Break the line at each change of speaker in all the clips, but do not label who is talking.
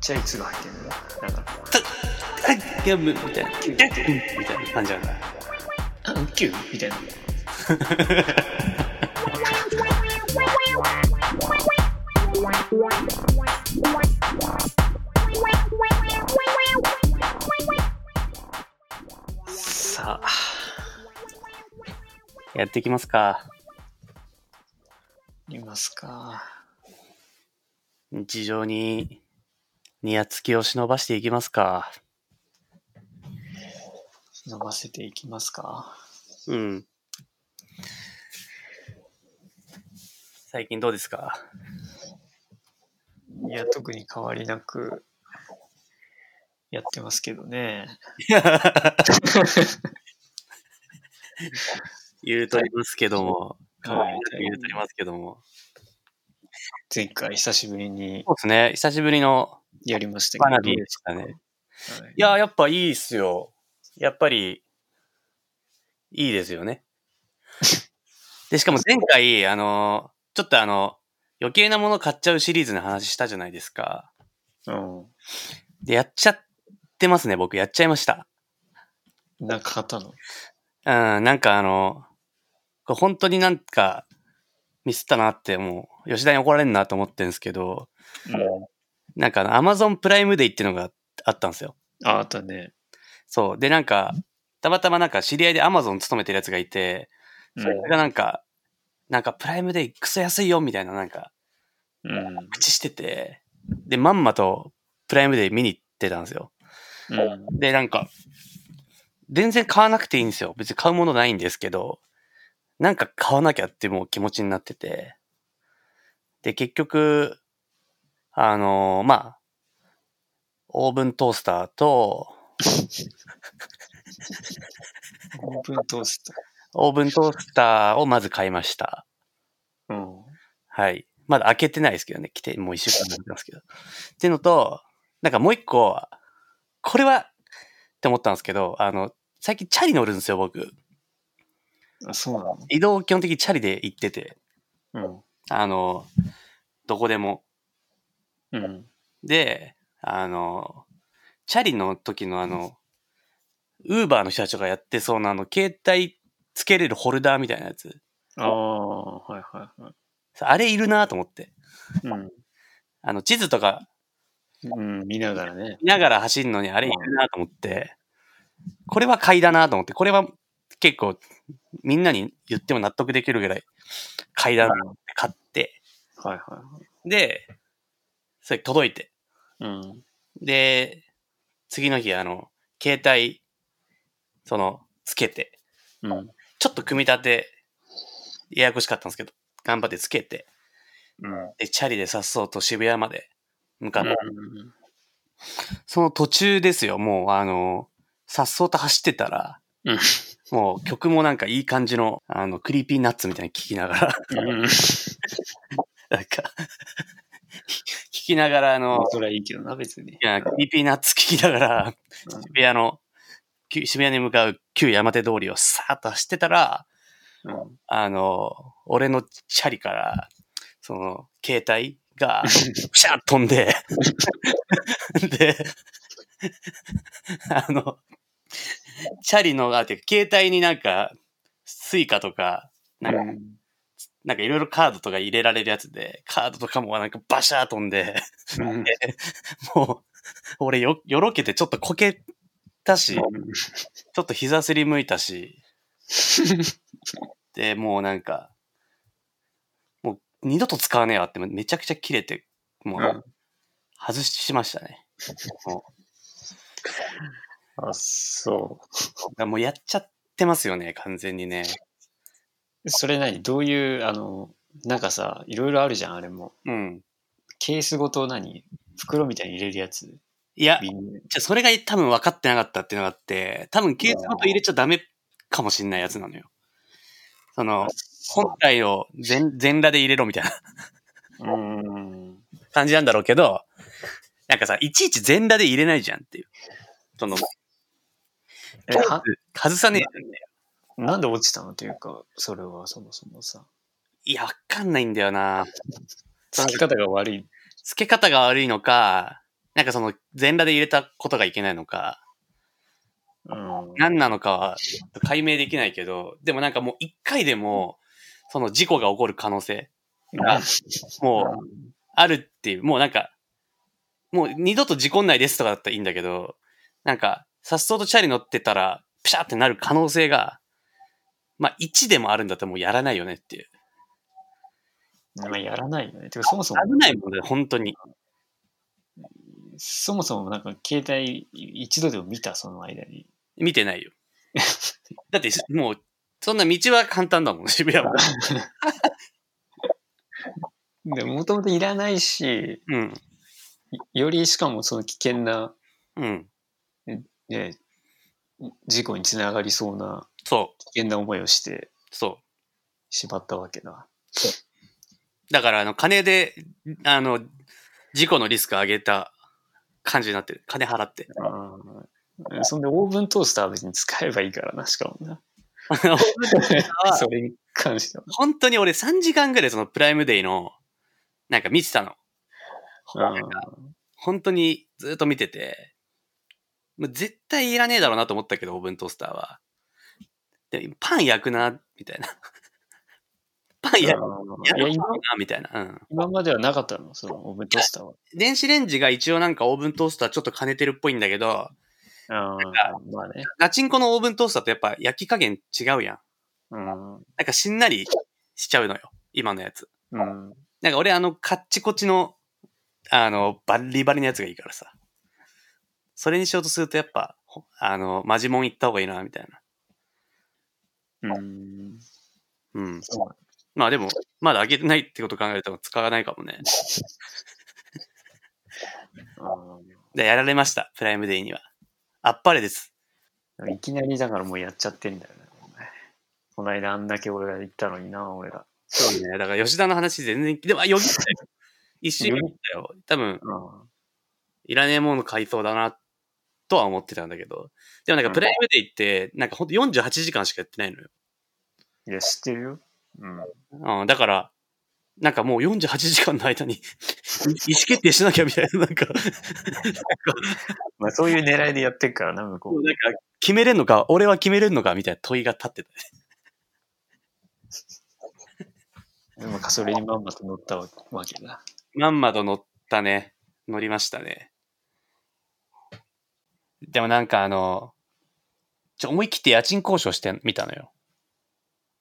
ちゃい「つ」が入ってるんだなんか
あれギャンブみたいな。ギャンみたいな感じなんだ。
「あウキュー」みたいな
さあ。やっていきますか。
いますか
日常に、にやつきを忍ばしていきますか。
伸ばせていきますか
うん。最近どうですか
いや特に変わりなくやってますけど ね
言うとりますけども。
はい
言うとりますけども。
前回久しぶりに
そうですね。久しぶりの
やりましたけど
花
ど
火
う
で
で
し
す
た
か
ね。
はい
いや、やっぱいいっすよ。やっぱり、いいですよね。で、しかも前回、あの、ちょっとあの、余計なもの買っちゃうシリーズの話したじゃないですか。
うん
で、やっちゃってますね、僕。やっちゃいました。
なんか買ったの
うん、なんかあの、これ本当になんか、ミスったなって、もう、吉田に怒られるなと思ってるんですけど、
うん
なんかあの、アマゾンプライムデイっていうのがあったんですよ。
ああったね
そう。で、なんか、たまたまなんか知り合いで Amazon 勤めてるやつがいて、それがなんか、なんかプライムでクソ安いよみたいななんか、
うん
口してて、で、まんまとプライムで見に行ってたんですよ。
うん
で、なんか、全然買わなくていいんですよ。別に買うものないんですけど、なんか買わなきゃってもう気持ちになってて。で、結局、あのまあ、オーブントースターと、
オープントース
オーブントースターをまず買いました。
ターうん
はい。まだ開けてないですけどね。来て、もう一週間経ってますけど。っていうのと、なんかもう一個、これは、って思ったんですけど、あの、最近チャリ乗るんですよ、僕。
あそうなの
移動基本的にチャリで行ってて、
うん
あの、どこでも。
うん。
で、あの、チャリの時のあの、ウーバーの人たちがやってそうなあの、携帯つけれるホルダーみたいなやつ。
ああ、はいはいはい。
あれいるなと思って。
うん。
あの、地図とか
うん、見ながらね。
見ながら走るのにあれいるなと思って、これは買いだなと思って、これは結構みんなに言っても納得できるぐらい買いだなって買って、
はいは
で、それ届いて、
いはい。うん。
で、次の日あの、携帯、その、つけて、
うん。
ちょっと組み立て、ややこしかったんですけど、頑張ってつけて、
うん。
で、チャリでさっそうと渋谷まで向かって、
うん
その途中ですよ、もうあの、さっそうと走ってたら、
うん
もう曲もなんかいい感じの、あの、クリーピーナッツみたいに聴きながら、
うん。
なんか、聴きながら、あの、
それはいいけどな、別に
い。やクリーピーナッツ聴きながら、
うん
渋谷の、旧渋谷に向かう旧山手通りをさーっと走ってたら、
うん。
あの、俺のチャリから、その、携帯が、プシャーッ飛んで、 で、あの、チャリの、あ、てか携帯になんか、スイカとか、なんか
うん
なんかいろいろカードとか入れられるやつで、カードとかもなんかバシャー飛んで、
うん
もう、俺よ、よろけてちょっとこけたし、ちょっと膝すりむいたし、で、もうなんか、もう二度と使わねえわって、めちゃくちゃ切れて、も
うん
う、外しましたね。も
あ、そう
だからもうやっちゃってますよね、完全にね。
う。それ何どういう、あの、なんかさ、いろいろあるじゃん、あれも。
うん。
ケースごと何袋みたいに入れるやつ。
いや、
瓶に
じゃあそれが多分分かってなかったっていうのがあって、多分ケースごと入れちゃダメかもしんないやつなのよ。その、本体を全全裸で入れろみたいな
うん。
感じなんだろうけど、なんかさ、いちいち全裸で入れないじゃんっていう。その、
え、は、
外さねえじゃんね。
なんで落ちたのというか、それはそもそもさ。
いや、わかんないんだよな。
付き方が悪い。
付け方が悪いのか、なんかその全裸で入れたことがいけないのか、
うん。
何なのかは解明できないけど、でもなんかもう一回でも、その事故が起こる可能性、
あ
もうあるっていう、もうなんか、もう二度と事故んないですとかだったらいいんだけど、なんか、さっそうとチャリ乗ってたら、ピシャってなる可能性が、まあ1でもあるんだったらもうやらないよねっていう。
まあ、やらないよね。てか、そもそも、
危ないもんね、本当に。
そもそもなんか携帯一度でも見た、その間に。
見てないよ。だって、もう、そんな道は簡単だもん、渋谷は。
で、もともといらないし、
うん。
よりしかもその危険な、
うん。
ね、事故につながりそうな
そう。
危険な思いをして
そう。
しまったわけだ。
だから、あの、金で、あの、事故のリスク上げた感じになってる。金払 って。
うん。そんで、オーブントースターは別に使えばいいからな、しかもな。
は
それに関しては。
本当に俺3時間ぐらいそのプライムデーの、なんか見てたの。なんか
うん
本当にずっと見てて、もう絶対いらねえだろうなと思ったけど、オーブントースターは。でパン焼くな、みたいな。 パン
い
焼
や
く
いや今
な、みたいな。うん。
今まではなかったの、そのオーブントースターは。
電子レンジが一応なんかオーブントースターちょっと兼ねてるっぽいんだけど、
あ
か
ーまあね。
ガチンコのオーブントースターとやっぱ焼き加減違うやん。
うん。
なんかしんなりしちゃうのよ。今のやつ。
うん。
なんか俺あのカッチコチの、あの、バリバリのやつがいいからさ。それにしようとするとやっぱ、ほあの、マジモン行った方がいいな、みたいな。
うん。
うん。
そう
まあでも、まだ開けてないってこと考えると使わないかもね。
う
で、やられました。プライムデーには。あっぱれです。
んいきなりだからもうやっちゃってんだよね。この間あんだけ俺が言ったのにな、俺ら。
そうね。だから吉田の話全然、でも、あ、よぎったよ。一瞬よぎったよ。多分、
う
いらねえもの買いそうだな、とは思ってたんだけど。でもなんかプライムデーって、なんかほんと48時間しかやってないのよ。
ん。いや、知ってるよ。うん。
うん、だから、なんかもう48時間の 間に、意思決定しなきゃみたいな、なんか、なんか、
まあそういう狙いでやってるからな、向こう。
決めれんのか、俺は決めれんのかみたいな問いが立ってた。
でもそれにまんまと乗ったわけだ。
まんまと乗ったね。乗りましたね。でもなんかあの、ちょ、思い切って家賃交渉してみたのよ。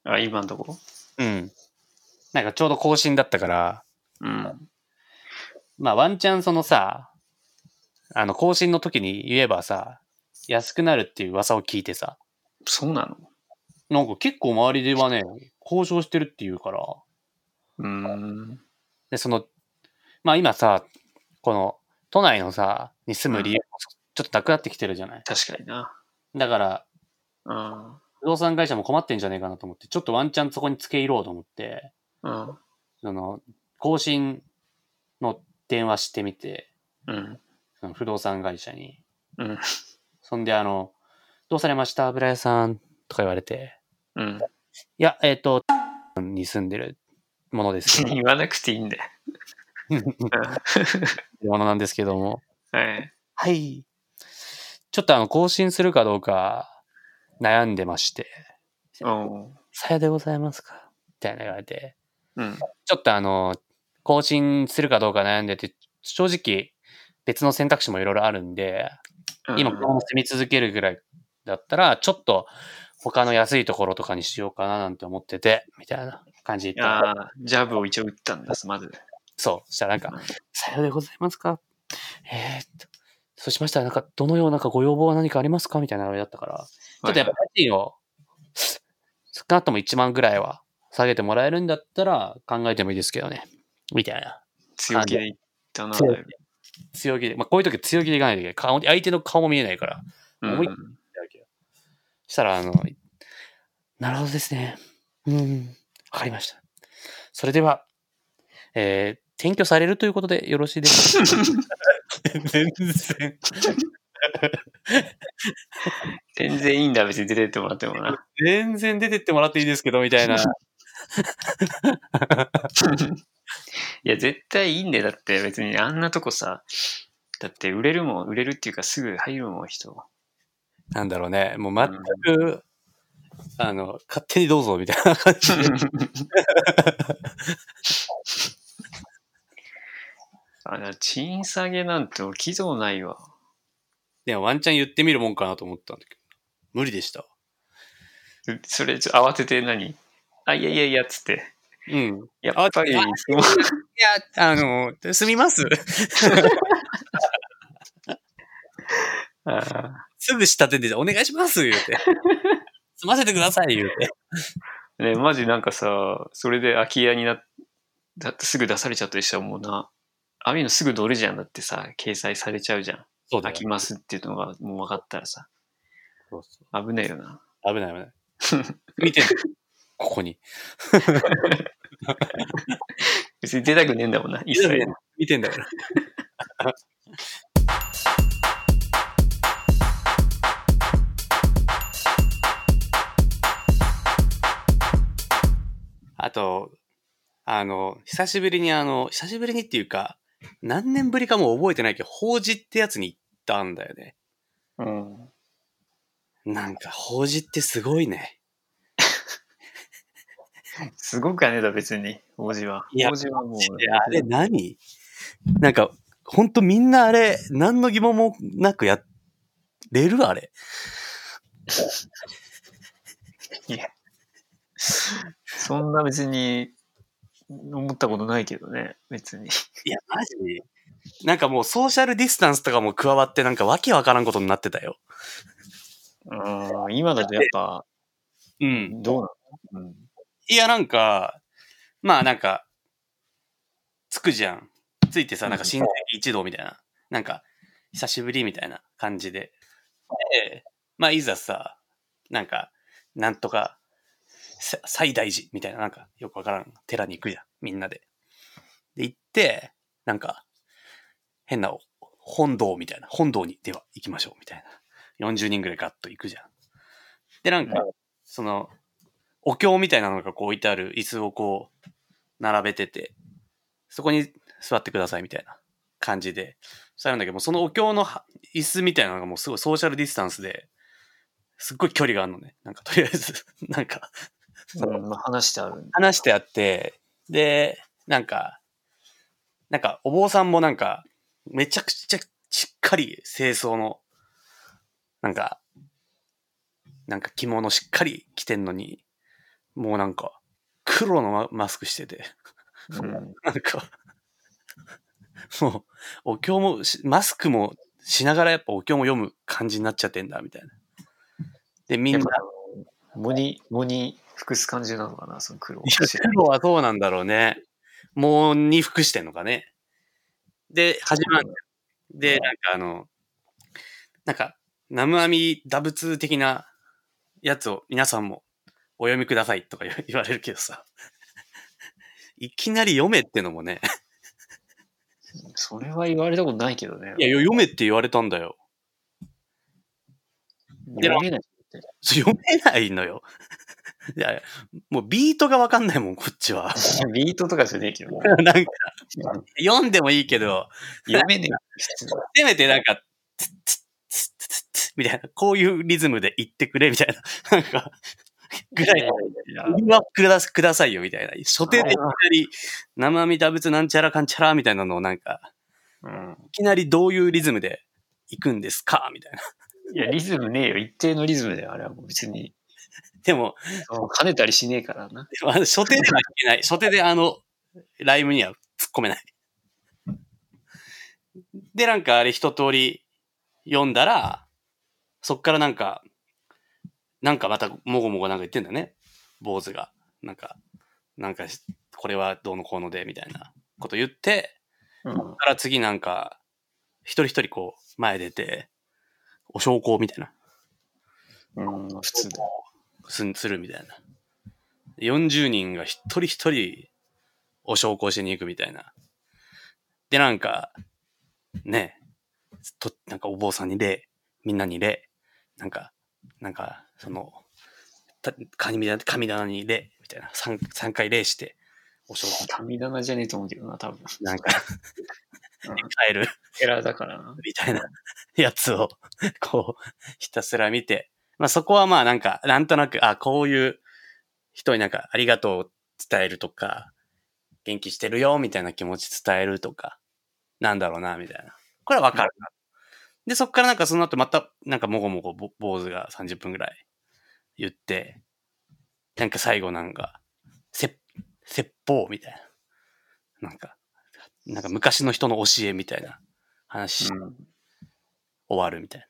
あ、今んとこ
うん。なんかちょうど更新だったから、
うん。
まあワンチャンそのさ、あの更新の時に言えばさ、安くなるっていう噂を聞いてさ、
そうなの
なんか結構周りではね、交渉してるっていうから、
うーん。
で、その、まあ今さ、この都内のさ、に住む理由もちょっとなくなってきてるじゃない。
確かにな。
だから、
うん。
不動産会社も困ってんじゃねえかなと思って、ちょっとワンチャンそこに付け入ろうと思って、
うん。
その、更新の電話してみて、
うん。
その不動産会社に。
うん。
そんで、あの、どうされました油屋さんとか言われて、
うん。
いや、えっ、と、に住んでるものです けど、
言わなくていいん だよ。
ものなんですけども、
はい。
はい。ちょっとあの、更新するかどうか悩んでまして、
おう
さやでございますかみたいな言われて、
うん。
ちょっとあの、更新するかどうか悩んでて、正直、別の選択肢もいろいろあるんで、今、このまま住み続けるぐらいだったら、ちょっと、他の安いところとかにしようかななんて思ってて、みたいな感じで言ったの。
ああ、ジャブを一応打ったんです、まず。
そう。そしたらなんか、さようでございますかえー、っと、そうしましたら、なんか、どのようなかご要望は何かありますかみたいなのだったから、ちょっとやっぱ家賃を、少なくとも1万ぐらいは下げてもらえるんだったら考えてもいいですけどね。みたいな。
強気でいったな。
強気強気で。まあ、こういう時は強気でいかないといけない。顔相手の顔も見えないから。
うん
思いしたら、あの、なるほどですね。うん。わかりました。それでは、えー、転居されるということでよろしいですか 全然、
全然いいんだ、別に出てってもらってもな。
全然出てってもらっていいですけど、みたいな。
いや、絶対いいんだよ。だって別にあんなとこさ、だって売れるもん、売れるっていうかすぐ入るもん、人。
なんだろうね。もう全く、あの、勝手にどうぞみたいな感じで。
あの、賃下げなんて起きそうないわ。
でもワンチャン言ってみるもんかなと思ったんだけど。無理でした。
うそれ、ちょ慌てて何あ、いやいやいや、つって。
うん。い
やっぱり、
あ
も
あや、あの、すみます。
うあ
すぐ下手で、お願いします言う て。済ませてください言うて。
ーね、マジなんかさ、それで空き家になっだってすぐ出されちゃったりしたらもうな、ああいうのすぐ乗るじゃんだってさ、掲載されちゃうじゃん。
そう
空
だよ
きますっていうのがもう分かったらさ、
そうそう
危ねえよな。
危ない危ない。見て、ここに。
別に出たくねえんだもんな、一切。
見てんだから。 あと、あの、久しぶりにあの、久しぶりにっていうか、何年ぶりかもう覚えてないけど、法事ってやつに行ったんだよね。
うん。
なんか、法事ってすごいね。
すごくはねえだ、別に、王子は。
いや
王子はもう、
あれ何なんか、ほんとみんなあれ、何の疑問もなくやれるあれ。
そんな別に思ったことないけどね、別に。
いや、マジでなんかもうソーシャルディスタンスとかも加わってなんかわけわからんことになってたよ。
うん、今だとやっぱ、
うん。
どうなの、うん、
いや、なんか、まあなんか、つくじゃん。ついてさ、なんか親戚一同みたいな。なんか、久しぶりみたいな感じで。で、まあいざさ、なんか、なんとか、さ西大寺みたいな、なんかよくわからん寺に行くじゃん。みんなで。で、行って、なんか、変な本堂みたいな。本堂にでは行きましょうみたいな。40人ぐらいガッと行くじゃん。で、なんか、その、お経みたいなのがこう置いてある椅子をこう、並べてて、そこに座ってくださいみたいな感じで、そうやるんだけども、そのお経のは椅子みたいなのがもうすごいソーシャルディスタンスで、すっごい距離があるのね。なんかとりあえず、なんか、
うんまあ、話してあるんだ。
話してあって、で、なんか、なんかお坊さんもなんか、めちゃくちゃしっかり清掃の、なんか、なんか着物しっかり着てんのに、もうなんか、黒のママスクして て、
うん、
なんか、もう、お経もし、マスクもしながらやっぱお経も読む感じになっちゃってんだ、みたいな。で、みん
や
な
っ、ぱあの、藻に、藻に服す感じなのかな、その黒を
い。 や、黒はどうなんだろうね。もう二服してんのかね。で、始まる。で、なんかあの、なんか、ナムアミダブツ的なやつを皆さんもお読みくださいとか 言わ言われるけどさ。いきなり読めってのもね。
それは言われたことないけどね。
いや、読めって言われたんだよ。
読めない。
読めないのよ。いや、もうビートがわかんないもん、こっちは。
ビートとかじゃねえけど。
なんか、読んでもいいけど、
読めねえよ。普通は
せめてなんか、ツッツッツッツッツッツッみたいな、こういうリズムで言ってくれ、みたいな、なんか、ぐらいの、
いや
うわくださくださいよ、みたいな。初手でいきなり、生身打仏なんちゃらかんちゃら、みたいなのをなんか、
うん
いきなりどういうリズムで行くんですかみたいな。
いや、リズムねえよ。一定のリズムだよ、あれはもう別に。
でも、
そう跳ねたりしねえからな。
でもあの初手ではいけない。初手であの、ライムには突っ込めない。で、なんかあれ一通り読んだら、そっからなんか、なんかまたもごもごなんか言ってんだね。坊主が。なんか、なんかし、これはどうのこうので、みたいなこと言って、
うん。
から次なんか、一人一人こう、前出て、お焼香みたいな。
うん、普通だ。
すんするみたいな。40人が一人一人お焼香しに行くみたいな。で、なんか、ね、と、なんかお坊さんに礼、みんなに礼、なんか、なんか、その、た神棚神棚に礼、みたいな。3, 三回礼して、お焼香
神棚じゃねえと思うけどな、多分。
なんか、 買える
エラーだからな。
みたいなやつを、こう、ひたすら見て、まあそこはまあなんか、なんとなく、あ、こういう人になんか、ありがとうを伝えるとか、元気してるよ、みたいな気持ち伝えるとか、なんだろうな、みたいな。これはわかるな。で、そっからなんかその後また、なんかもごもごぼ坊主が30分ぐらい言って、なんか最後なんか、せ、説法みたいな。なんか、なんか昔の人の教えみたいな話して
うん
終わるみたいな。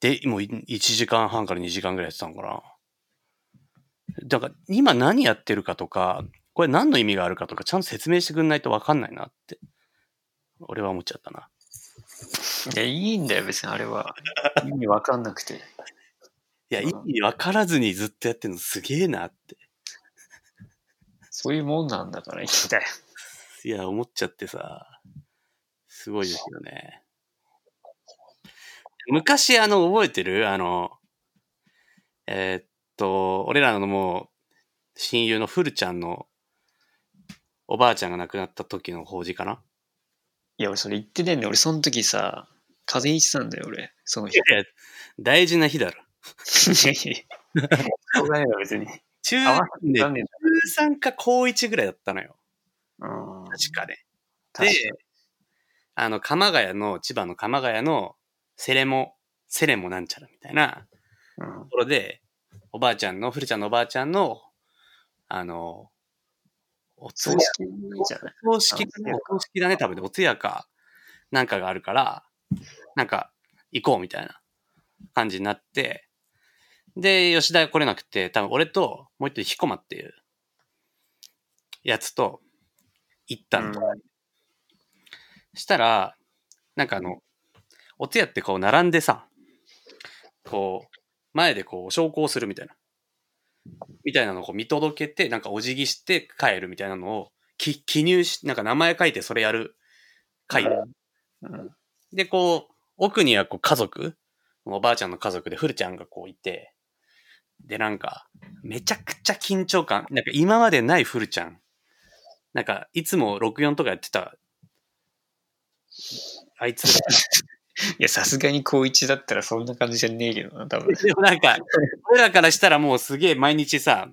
で、もう1時間半から2時間ぐらいやってたのかな。だから今何やってるかとか、これ何の意味があるかとか、ちゃんと説明してくんないと分かんないなって、俺は思っちゃったな。
いや、いいんだよ、別にあれは。意味わかんなくて。
いや、
うん
意味分からずにずっとやってるのすげえなって、
そういうもんなんだからいいんだよ。
いや、思っちゃってさ、すごいですよね。昔、あの、覚えてるあの、えーっと、俺らのもう、親友のフルちゃんの、おばあちゃんが亡くなった時の法 事かない
や、俺それ言ってねえんだよ。俺その時さ、風邪ひいてたんだよ、俺。その日。い
いや大事な日だろ。
やいやしょうがないわ、別に。
中
合わせ
で
て
中
残念
3か高1ぐらいだったのよ。
だ。うん。
確かね。
確
で
かに、
あの、鎌ヶ谷の、千葉の鎌ヶ谷の、セレモ、セレモなんちゃらみたいな
うん
ところで、おばあちゃんの、古ちゃんのおばあちゃんの、あの、お通
葬
夜
式じゃない。
お葬式かな
あ
お葬式だね、多分ね。お通夜か、なんかがあるから、なんか、行こうみたいな感じになって、で、吉田が来れなくて、多分俺と、もう一人、彦間っていう、やつと、行ったの。したら、なんかあの、お通夜ってこう並んでさ、こう、前でこう、昇降するみたいな。みたいなのをこう見届けて、なんかお辞儀して帰るみたいなのを、き記入し、なんか名前書いてそれやる会。
うんうん
で、こう、奥にはこう家族、おばあちゃんの家族で、フルちゃんがこういて、で、なんか、めちゃくちゃ緊張感。なんか今までないフルちゃん。なんか、いつも64とかやってた、あいつ ら。
いや、さすがに高一だったらそんな感じじゃねえけどな、多分。
でもなんか、俺らからしたらもうすげえ毎日さ、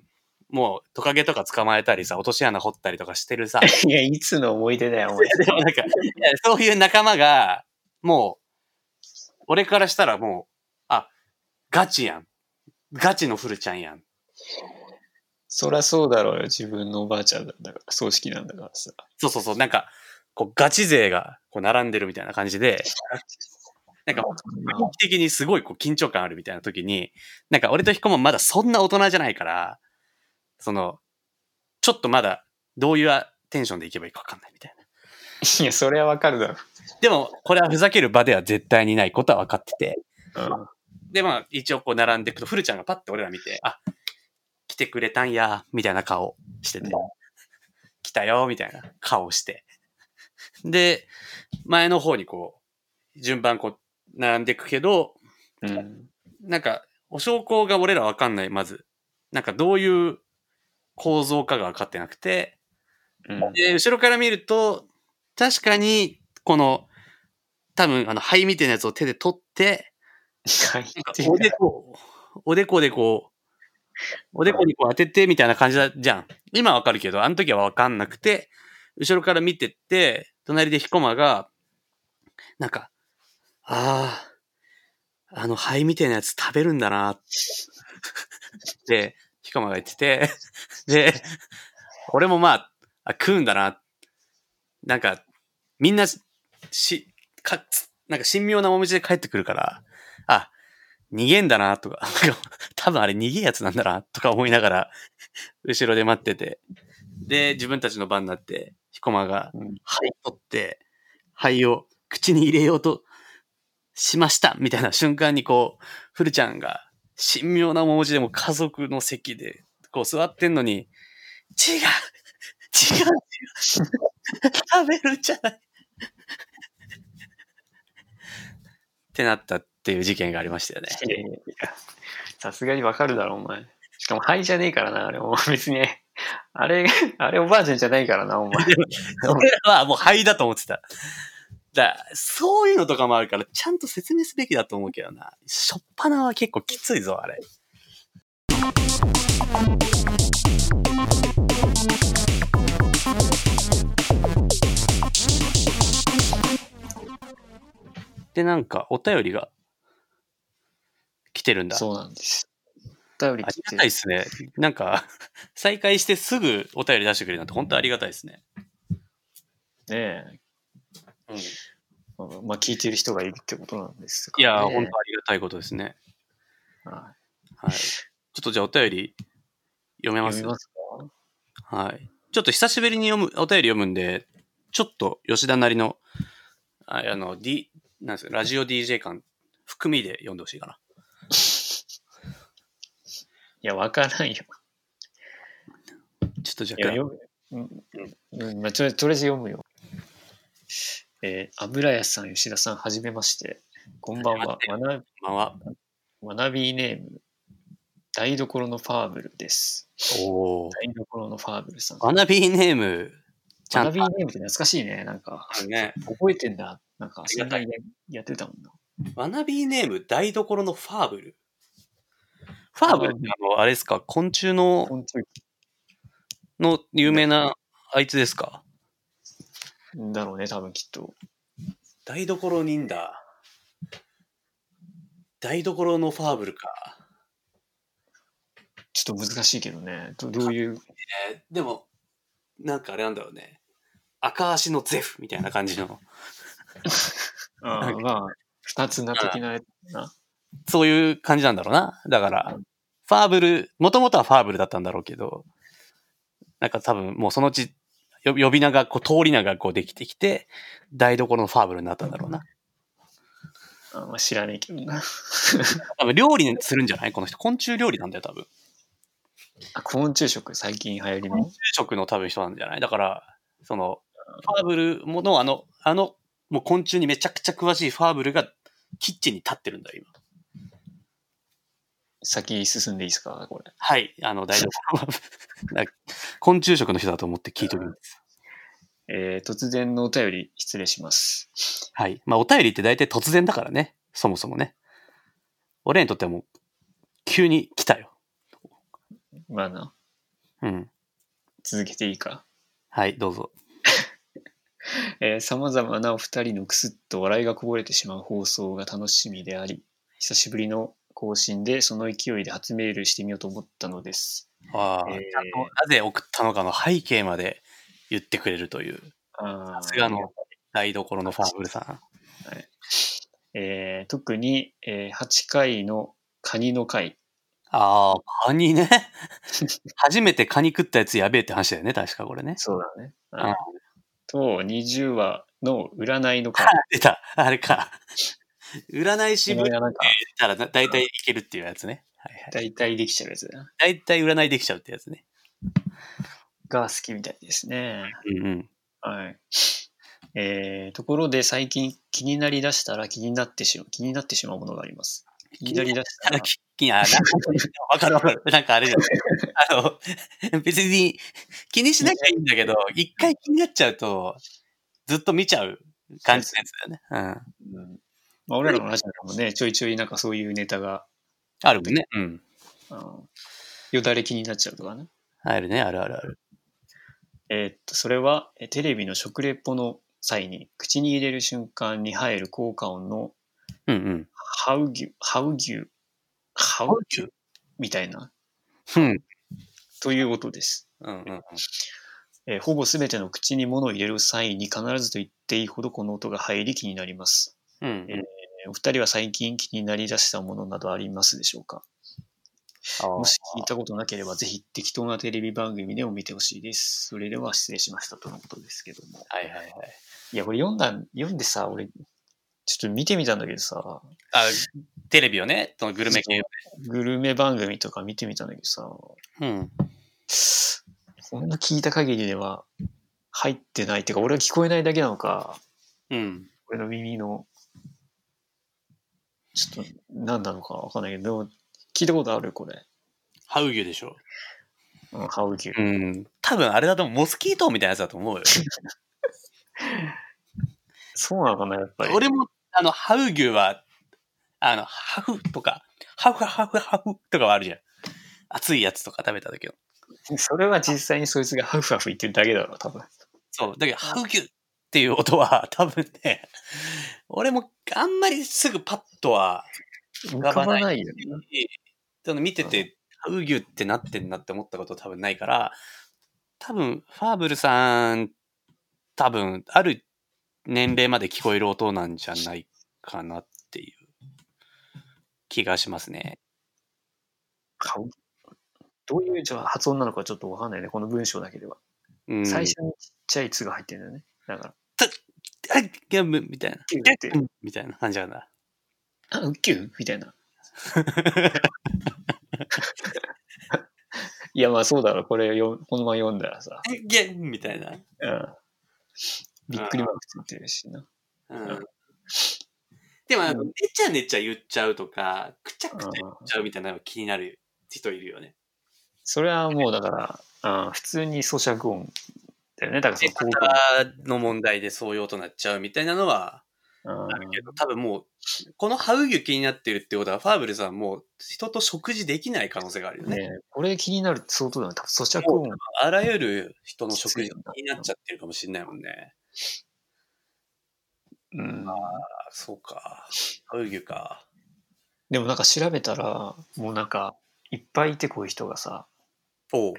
もうトカゲとか捕まえたりさ、落とし穴掘ったりとかしてるさ。
いや、いつの思い出だよ、お前。
でもなんか、いやそういう仲間が、もう、俺からしたらもう、あ、ガチやん。ガチのフルちゃんやん。
そらそうだろうよ、自分のおばあちゃんなんだから、葬式なんだからさ。
そうそうそう、なんか、こうガチ勢がこう並んでるみたいな感じで、なんか、短期的にすごいこう緊張感あるみたいな時に、なんか俺と彦もまだそんな大人じゃないから、その、ちょっとまだどういうテンションでいけばいいかわかんないみたいな。
いや、それはわかるだろ
でも、これはふざける場では絶対にないことは分かってて、
うん。
で、まあ、一応こう並んでいくと、フルちゃんがパッて俺ら見て、あ、来てくれたんや、みたいな顔してて
うん、
来たよ、みたいな顔して。で、前の方にこう、順番こう、並んでいくけど、
うん。
なんか、お証拠が俺らわかんない、まず。なんかどういう構造かが分かってなくて、
うん。
で、後ろから見ると、確かに、この、多分、あの、灰みたいなやつを手で取って、
はい。
おでこ、おでこでこう、おでこにこう当ててみたいな感じだじゃん。今わかるけど、あの時はわかんなくて、後ろから見てって、隣で彦間が、なんか、ああ、あの灰みたいなやつ食べるんだな、って、彦間が言ってて、で、俺もまあ、あ食うんだな、なんか、みんなし、し、かつ、なんか神妙なお店で帰ってくるから、あ、逃げんだなとか、 なんか多分あれ逃げやつなんだなとか思いながら、後ろで待ってて。で、自分たちの番になって、彦間が
うん、
灰取って、灰を口に入れようとしましたみたいな瞬間にこう、フルちゃんが、神妙な面持ちでも家族の席で、こう座ってんのに、違う違う違う食べるんじゃないってなったっていう事件がありましたよね。
いやいやいやさすがにわかるだろ、お前。しかも、灰じゃねえからな、あれ。お前別に、あれ、あれおばあちゃんじゃないからな、お前。
俺らはもう灰だと思ってた。だそういうのとかもあるから、ちゃんと説明すべきだと思うけどな。しょっぱなは結構きついぞ、あれ。で、なんか、お便りが来てるん だ。
そうなんです。お便り
あ
来
り
て
がたいですね。なんか、再開してすぐお便り出してくれるなんて本当ありがたいですね。
ねえ
うん、い
まあまあ、聞いてる人がいるってことなんですか、ね。
やー、本当ありがたいことですね。
は
はい。ちょっとじゃあお便り読め
い読
ます
みますか
はい。ちょっと久しぶりに読む、お便り読むんで、ちょっと吉田なりの、ああの、D、なんですか、ラジオ DJ 感、含みで読んでほしいかな。
いや、わからんよ。
ちょっとじゃ
いや、
あ、
読む。うんうんまあ、とりあえずとりあえず読むよ。えー、油屋さん、吉田さん、はじめまして。こんばんは。学
まは。
び学びネーム、台所のファーブルです。
おお。
台所のファーブルさん。
アナビーネーム、ちゃ
学
ん
び
と
ネームって懐かしいね。なんか、
あるね。
覚えてんだ。なんか、そんな
あり
にやってたもんな。
アナビーネーム、台所のファーブル。ファーブルってあの、あれですか、昆虫の、
昆虫
の有名な、あいつですか
だろうね、多分きっと。
台所忍だ。台所のファーブルか。
ちょっと難しいけどね。どどういう、
えーでも、なんかあれなんだろうね。赤足のゼフみたいな感じの、
あーまあ、二つな的なやつな。
そういう感じなんだろうな。だから、ファーブル、もともとはファーブルだったんだろうけど、なんか多分もうそのうち、よ呼び名が、こう、通り名がこうできてきて、台所のファーブルになったんだろうな。
あーまあ、知らねえけどな。
多分料理するんじゃないこの人。昆虫料理なんだよ、多分。
あ昆虫食、最近流行りの。
中食の多分人なんじゃないだから、その、ファーブルもの、あの、あの、もう昆虫にめちゃくちゃ詳しいファーブルがキッチンに立ってるんだよ、今。
先進んでいいですか、これ。
はい、あの、大丈 夫。なんか昆虫食の人だと思って聞いておきます。
えー、突然のお便り、失礼します。
はい。まあ、お便りって大体突然だからね。そもそもね。俺らにとってはもう、急に来たよ。
まあな、
うん。
続けていいか。
はい、どうぞ。
えー、様々なお二人のくすっと笑いがこぼれてしまう放送が楽しみであり、久しぶりの更新で、その勢いで初メールしてみようと思ったのです。
ああ、
えー
ちゃんとなぜ送ったのかの背景まで言ってくれるという、
あー
さすがの台所のファーブルさん。
えー特に、えー8回のカニの回。
ああ、カニ ね。初めてカニ食ったやつやべえって話だよね、確かこれね。
そうだね。
うん
と、20話の占いの 回。
出た、あれか。占い師
こ
見
れがなんか、
たらだ大体いけるっていうやつね。はいはい。
大体できちゃうやつだな
大体占いできちゃうってやつね。
が好きみたいですね。
うんうん。
はい。えーところで最近気になりだしたら気になってしまう、気になってしまうものがあります。気になりだした
た
ら
だ、、き、き、あ、なんか、わかるわか る。なんかあれじゃない。あの、別に気にしなきゃいいんだけど、一回気になっちゃうと、ずっと見ちゃう感じのやつだよね。うん。
うんまあ、俺らのラジオでもね、ちょいちょいなんかそういうネタが、
あるもんね。うん。
あのよだれ気になっちゃうとかね。
あるね、あるあるある。
えーっと、それはえテレビの食レポの際に口に入れる瞬間に入る効果音の
うんうん。
ハウギュ、ハウギュ、ハウギュみたいな
うん。
という音です。
うんうん。
えーほぼ全ての口に物を入れる際に必ずと言っていいほどこの音が入り気になります。
うんうん。
えーお二人は最近気になりだしたものなどありますでしょうか
あー
もし聞いたことなければぜひ適当なテレビ番組でも見てほしいです。それでは失礼しましたとのことですけども。
はいはいはい。
いや、これ読んだ、読んでさ、俺、ちょっと見てみたんだけどさ、
あ、テレビをね、そのグルメ系を
グルメ番組とか見てみたんだけどさ、
うん。
こんな聞いた限りでは入ってないっていうか、俺は聞こえないだけなのか、
うん。
俺の耳の、ちょっと何なのかわかんないけど、でも聞いたことあるこれ。
ハウギュでしょ。
うん、ハウギュ。
うん。多分あれだと思うモスキートみたいなやつだと思うよ。
そうなのかな、やっぱり。
俺も、あの、ハウ牛は、あの、ハフとか、ハフハフハフとかはあるじゃん。熱いやつとか食べた時の。
それは実際にそいつがハフハフ言ってるだけだろう、多分。
そう。だけど、ハウ牛っていう音は、多分ね、俺もあんまりすぐパッとは、
浮かばないよね。
その見てて、ハウ牛ってなってんなって思ったこと多分ないから、多分、ファーブルさん、多分、ある年齢まで聞こえる音なんじゃないかなっていう気がしますね。
ハウギュどういうじゃあ発音なのかちょっとわかんないね、この文章だけでは。
うん、
最初にちっちゃい「つ」が入ってるんだよね。だから、
あっ、ギャムみたいな。
キューって、
みたいな感じなんだ。
あウッキューみたい な。いや、まあそうだろう、これよ、このまま読んだらさ、
ギャンみたいな。
うん、びっくりマークついてるしな。
うん。でも、あのねちゃねちゃ言っちゃうとか、くちゃくちゃ言っちゃうみたいなのが気になる人いるよね。
それはもうだから、うん、普通に咀嚼音だよね。だからそ
出
の高
方の問題でそういう音になっちゃうみたいなのは
校、
あるけど、多分もう、このハウギュ気になってるってことは、ファーブルさんもう人と食事できない可能性がある
う
よ
ん、
ね。
ねこれ気になるって相当だね。多分咀嚼音
あらゆる人の食事が気になっちゃってるかもしれないもんね。
うん
ああ、そうか。ハウギュか。
でもなんか調べたら、もうなんか、いっぱいいてこういう人がさ、
おう。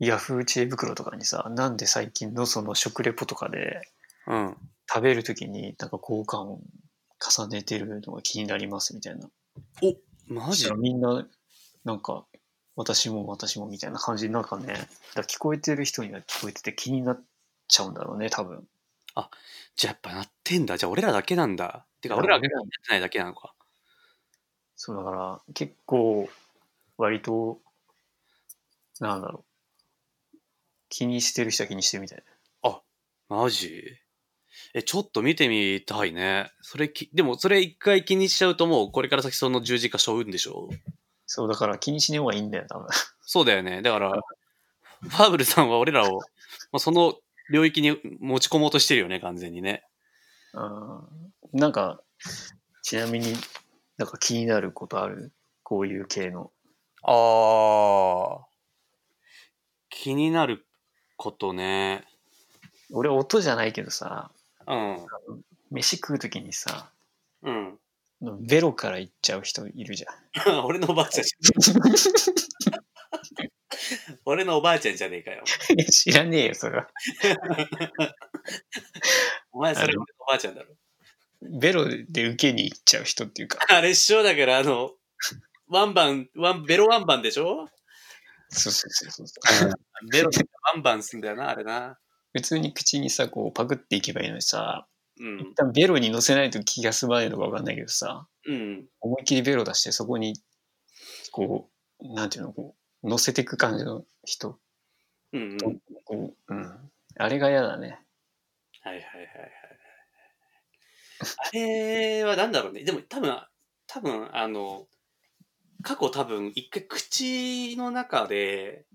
ヤフー知恵袋とかにさ、なんで最近のその食レポとかで
うん。
食べるときになんか交換音重ねてるのが気になりますみたいな。
マジ
したらみんな、なんか、私も私もみたいな感じで、なんかね、だから聞こえてる人には聞こえてて気になっちゃうんだろうね、多分。
じゃあやっぱなってんだ。じゃあ俺らだけなんだ。てか
だか
俺
ら
らがやってないだけなのか。
そうだから、結構、割と、なんだろう。気にしてる人は気にしてるみたいな。
マジえ、ちょっと見てみたいね。それき、でもそれ一回気にしちゃうともうこれから先その十字架背負うんでしょ
そう、だから気にしない方がいいんだよ、多分。
そうだよね。だから、ファーブルさんは俺らを、 まあ、その領域に持ち込もうとしてるよね、完全にね。
うんなんか、ちなみになんか気になることあるこういう系の。
あー。気になることね。
俺、音じゃないけどさ、
うん。
飯食うときにさ、
うん。
ベロから行っちゃう人いるじゃん。
俺のおばあちゃん、 俺のおばあちゃんじゃねえかよ。
いや 知らねえよ、それは。
お前それ俺のおばあちゃんだろ。
ベロで受けに行っちゃう人っていうか、
あれ一緒だから、あの、ワンバン、ワン、ベロワンバンでしょ
そうそうそうそう。
ベロワンバンすんだよな、あれな。
普通に口にさ、こうパクっていけばいいのにさ、
うん
一。旦ベロに乗せないと気が済まないのかわかんないけどさ、
うん。
思いっきりベロ出してそこにこうなんていうのこう乗せていく感じの人
うん、うん。はい
こう、うん、あれが嫌だね
はいはいはい。あれはなんだろうね。でも多分、多分、あの、過去多分、一回口の中で、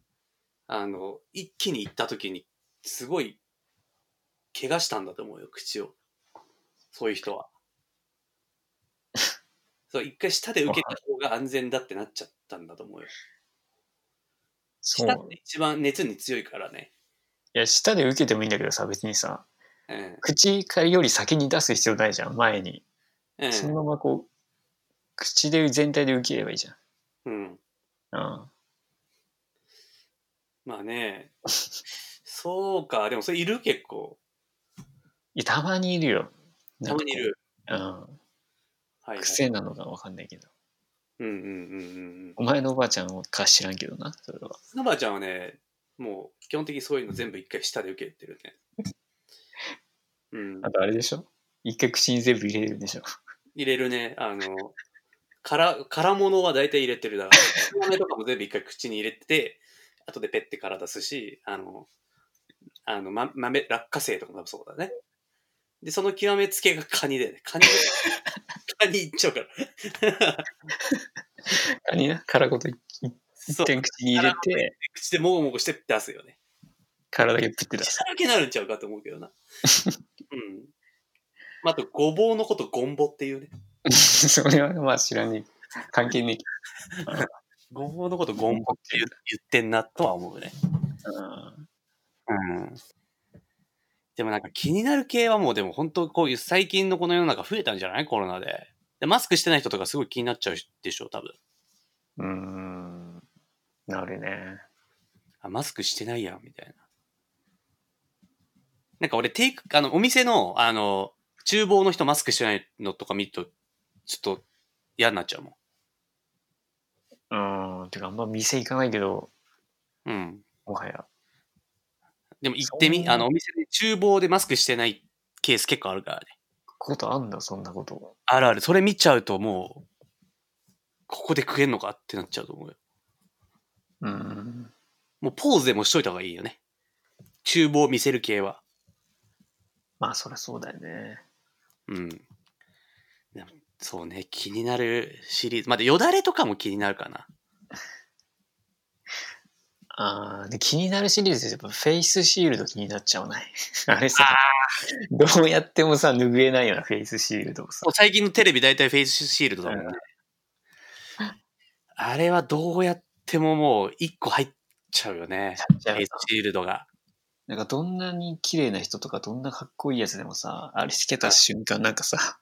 あの、一気に行った時に、すごい、怪我したんだと思うよ、口を。そうい う人は。そう、一回舌で受けた方が安全だってなっちゃったんだと思うよ。
そ
舌っ
う
て一番熱に強いからね。
いや舌で受けてもいいんだけどさ別にさ
うん。
口からより先に出す必要ないじゃん前に
うん
そのままこう口で全体で受ければいいじ
うん。
ゃん、うん、
まあね。そうか。でもそれいる結構。
いやたまにいるよ
たまにい、る。
なんかこううん、
はい、はい。
癖なのかわかんないけど
うんうんうんうんうん。
お前のおばあちゃんか知らんけどなそれは
スノバちゃんはね、もう基本的にそういうの全部一回舌で受けてるね。うん
あ。とあれでしょ一回口に全部入れるんでしょ
入れるね。あの、から、から物は大体入れてるだから。豆とかも全部一回口に入れて、後でペッてから出すし、あの、あの、ま、豆、落花生とかも多分そうだね。で、その極めつけがカニだよね。カニ、カニいっちゃうから。
カニな殻ごといい一
そう。
点口に入れて、
口でもごもごして出すよね。
体だけプッて出
血
す。
だらけになるんちゃうかと思うけどな。 うん。まああと、ごぼうのことゴンボっていうね。
それはまあ知らねえ。関係ねえけ
ごぼうのことゴンボって言う言ってんなとは思うね。
どな。
うん。でもなんか気になる系はもうでも本当こういう最近のこの世の中増えたんじゃないコロナで。で、マスクしてない人とかすごい気になっちゃうでしょ、多分。
うん。うん。なるね。
あ、マスクしてないやん、みたいな。なんか俺、テイク、あの、お店の、あの、厨房の人マスクしてないのとか見ると、ちょっと嫌になっちゃうも
うん。てかあんま店行かないけど、
ん。うん。
もはや。
でも行ってみ、
そう
あの、お店で厨房でマスクしてないケース結構あるからね。
ことあんだ、そんなこと。
あるある。それ見ちゃうともう、ここで食えんのかってなっちゃうと思うよ。
うん。
もうポーズでもしといた方がいいよね。厨房見せる系は。
まあそりゃそうだよね。
うん。でもそうね、気になるシリーズ。まあ、で、よだれとかも気になるかな。
あーで気になるシリーズでやっぱフェイスシールド気になっちゃわない。 あれさ、どうやってもさ、拭えないようなフェイスシールドをさ
もう。最近のテレビ大体フェイスシールドだもんね。あれはどうやってももう一個入っちゃうよね。フェイスシールドが。
なんかどんなに綺麗な人とかどんなかっこいいやつでもさ、あれつけた瞬間なんかさ、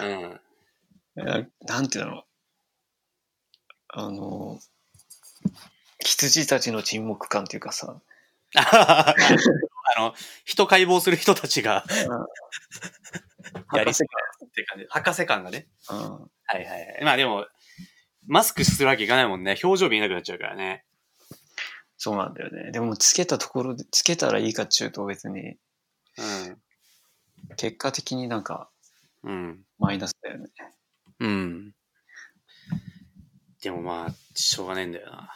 うん。
ななんていうのあの、羊たちの沈黙感っていうかさ、
あの、人解剖する人たちがやり
博士
すぎって感じ。博士感がね。
感うん
はいはいはい。まあでも、マスクするわけいかないもんね。表情見えなくなっちゃうからね。
そうなんだよね。でもつけたところで、つけたらいいかっちゅうと別に、結果的になんか
うん。うん。
マイナスだよね。
うん。でもまあ、しょうがねえんだよな。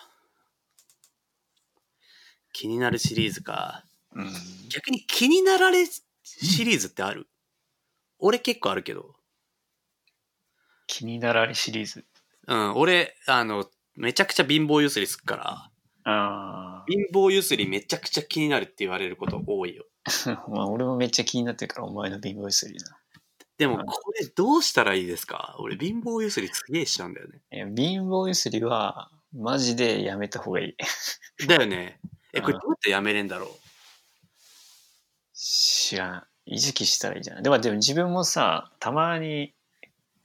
気になるシリーズか。
うん。
逆に気になられシリーズってある俺結構あるけど。
気になられシリーズ。
うん、俺、あの、めちゃくちゃ貧乏ゆすりすっから、
あ
貧乏ゆすりめちゃくちゃ気になるって言われること多いよ。
あ。 まあ俺もめっちゃ気になってるから、お前の貧乏ゆすりな。
でも
はい
これどうしたらいいですか俺貧乏ゆすりすげえしちゃうんだよね。
え貧乏ゆすりは、マジでやめた方がいい。
だよね。え、これ
う
ど
ん
うやってやめれんだろ
知らん。意識したらいいじゃない。でも、でも自分もさ、たまに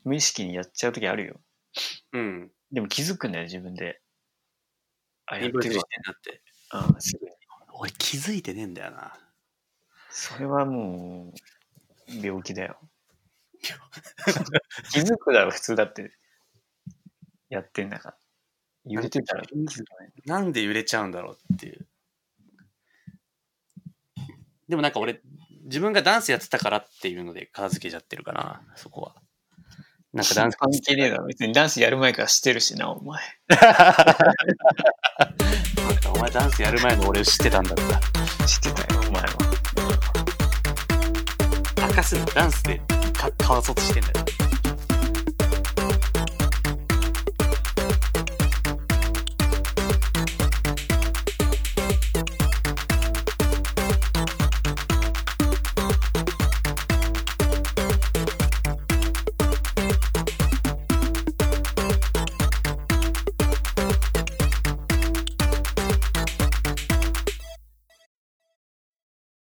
無意識にやっちゃうときあるよ。
ううん。
でも気づくんだよ、自分で。あ、や
貧
っ
乏
て
ゆすり
る
し
わ。
てんなって。
あすぐに。
俺気づいてねえんだよな。
それはもう、病気だよ。気づくだろ、普通だって。やってんだから。揺れてたら気づかない。
なんで揺れちゃうんだろうっていう。でもなんか俺、自分がダンスやってたからっていうので片付けちゃってるかな、そこは。なんかダンス。
関係ねえだろ。別にダンスやる前からしてるしな、お前。
お前ダンスやる前の俺を知ってたんだった。
してたよ、お前は。
赤すダンスでか、かわそうとしてんだよ。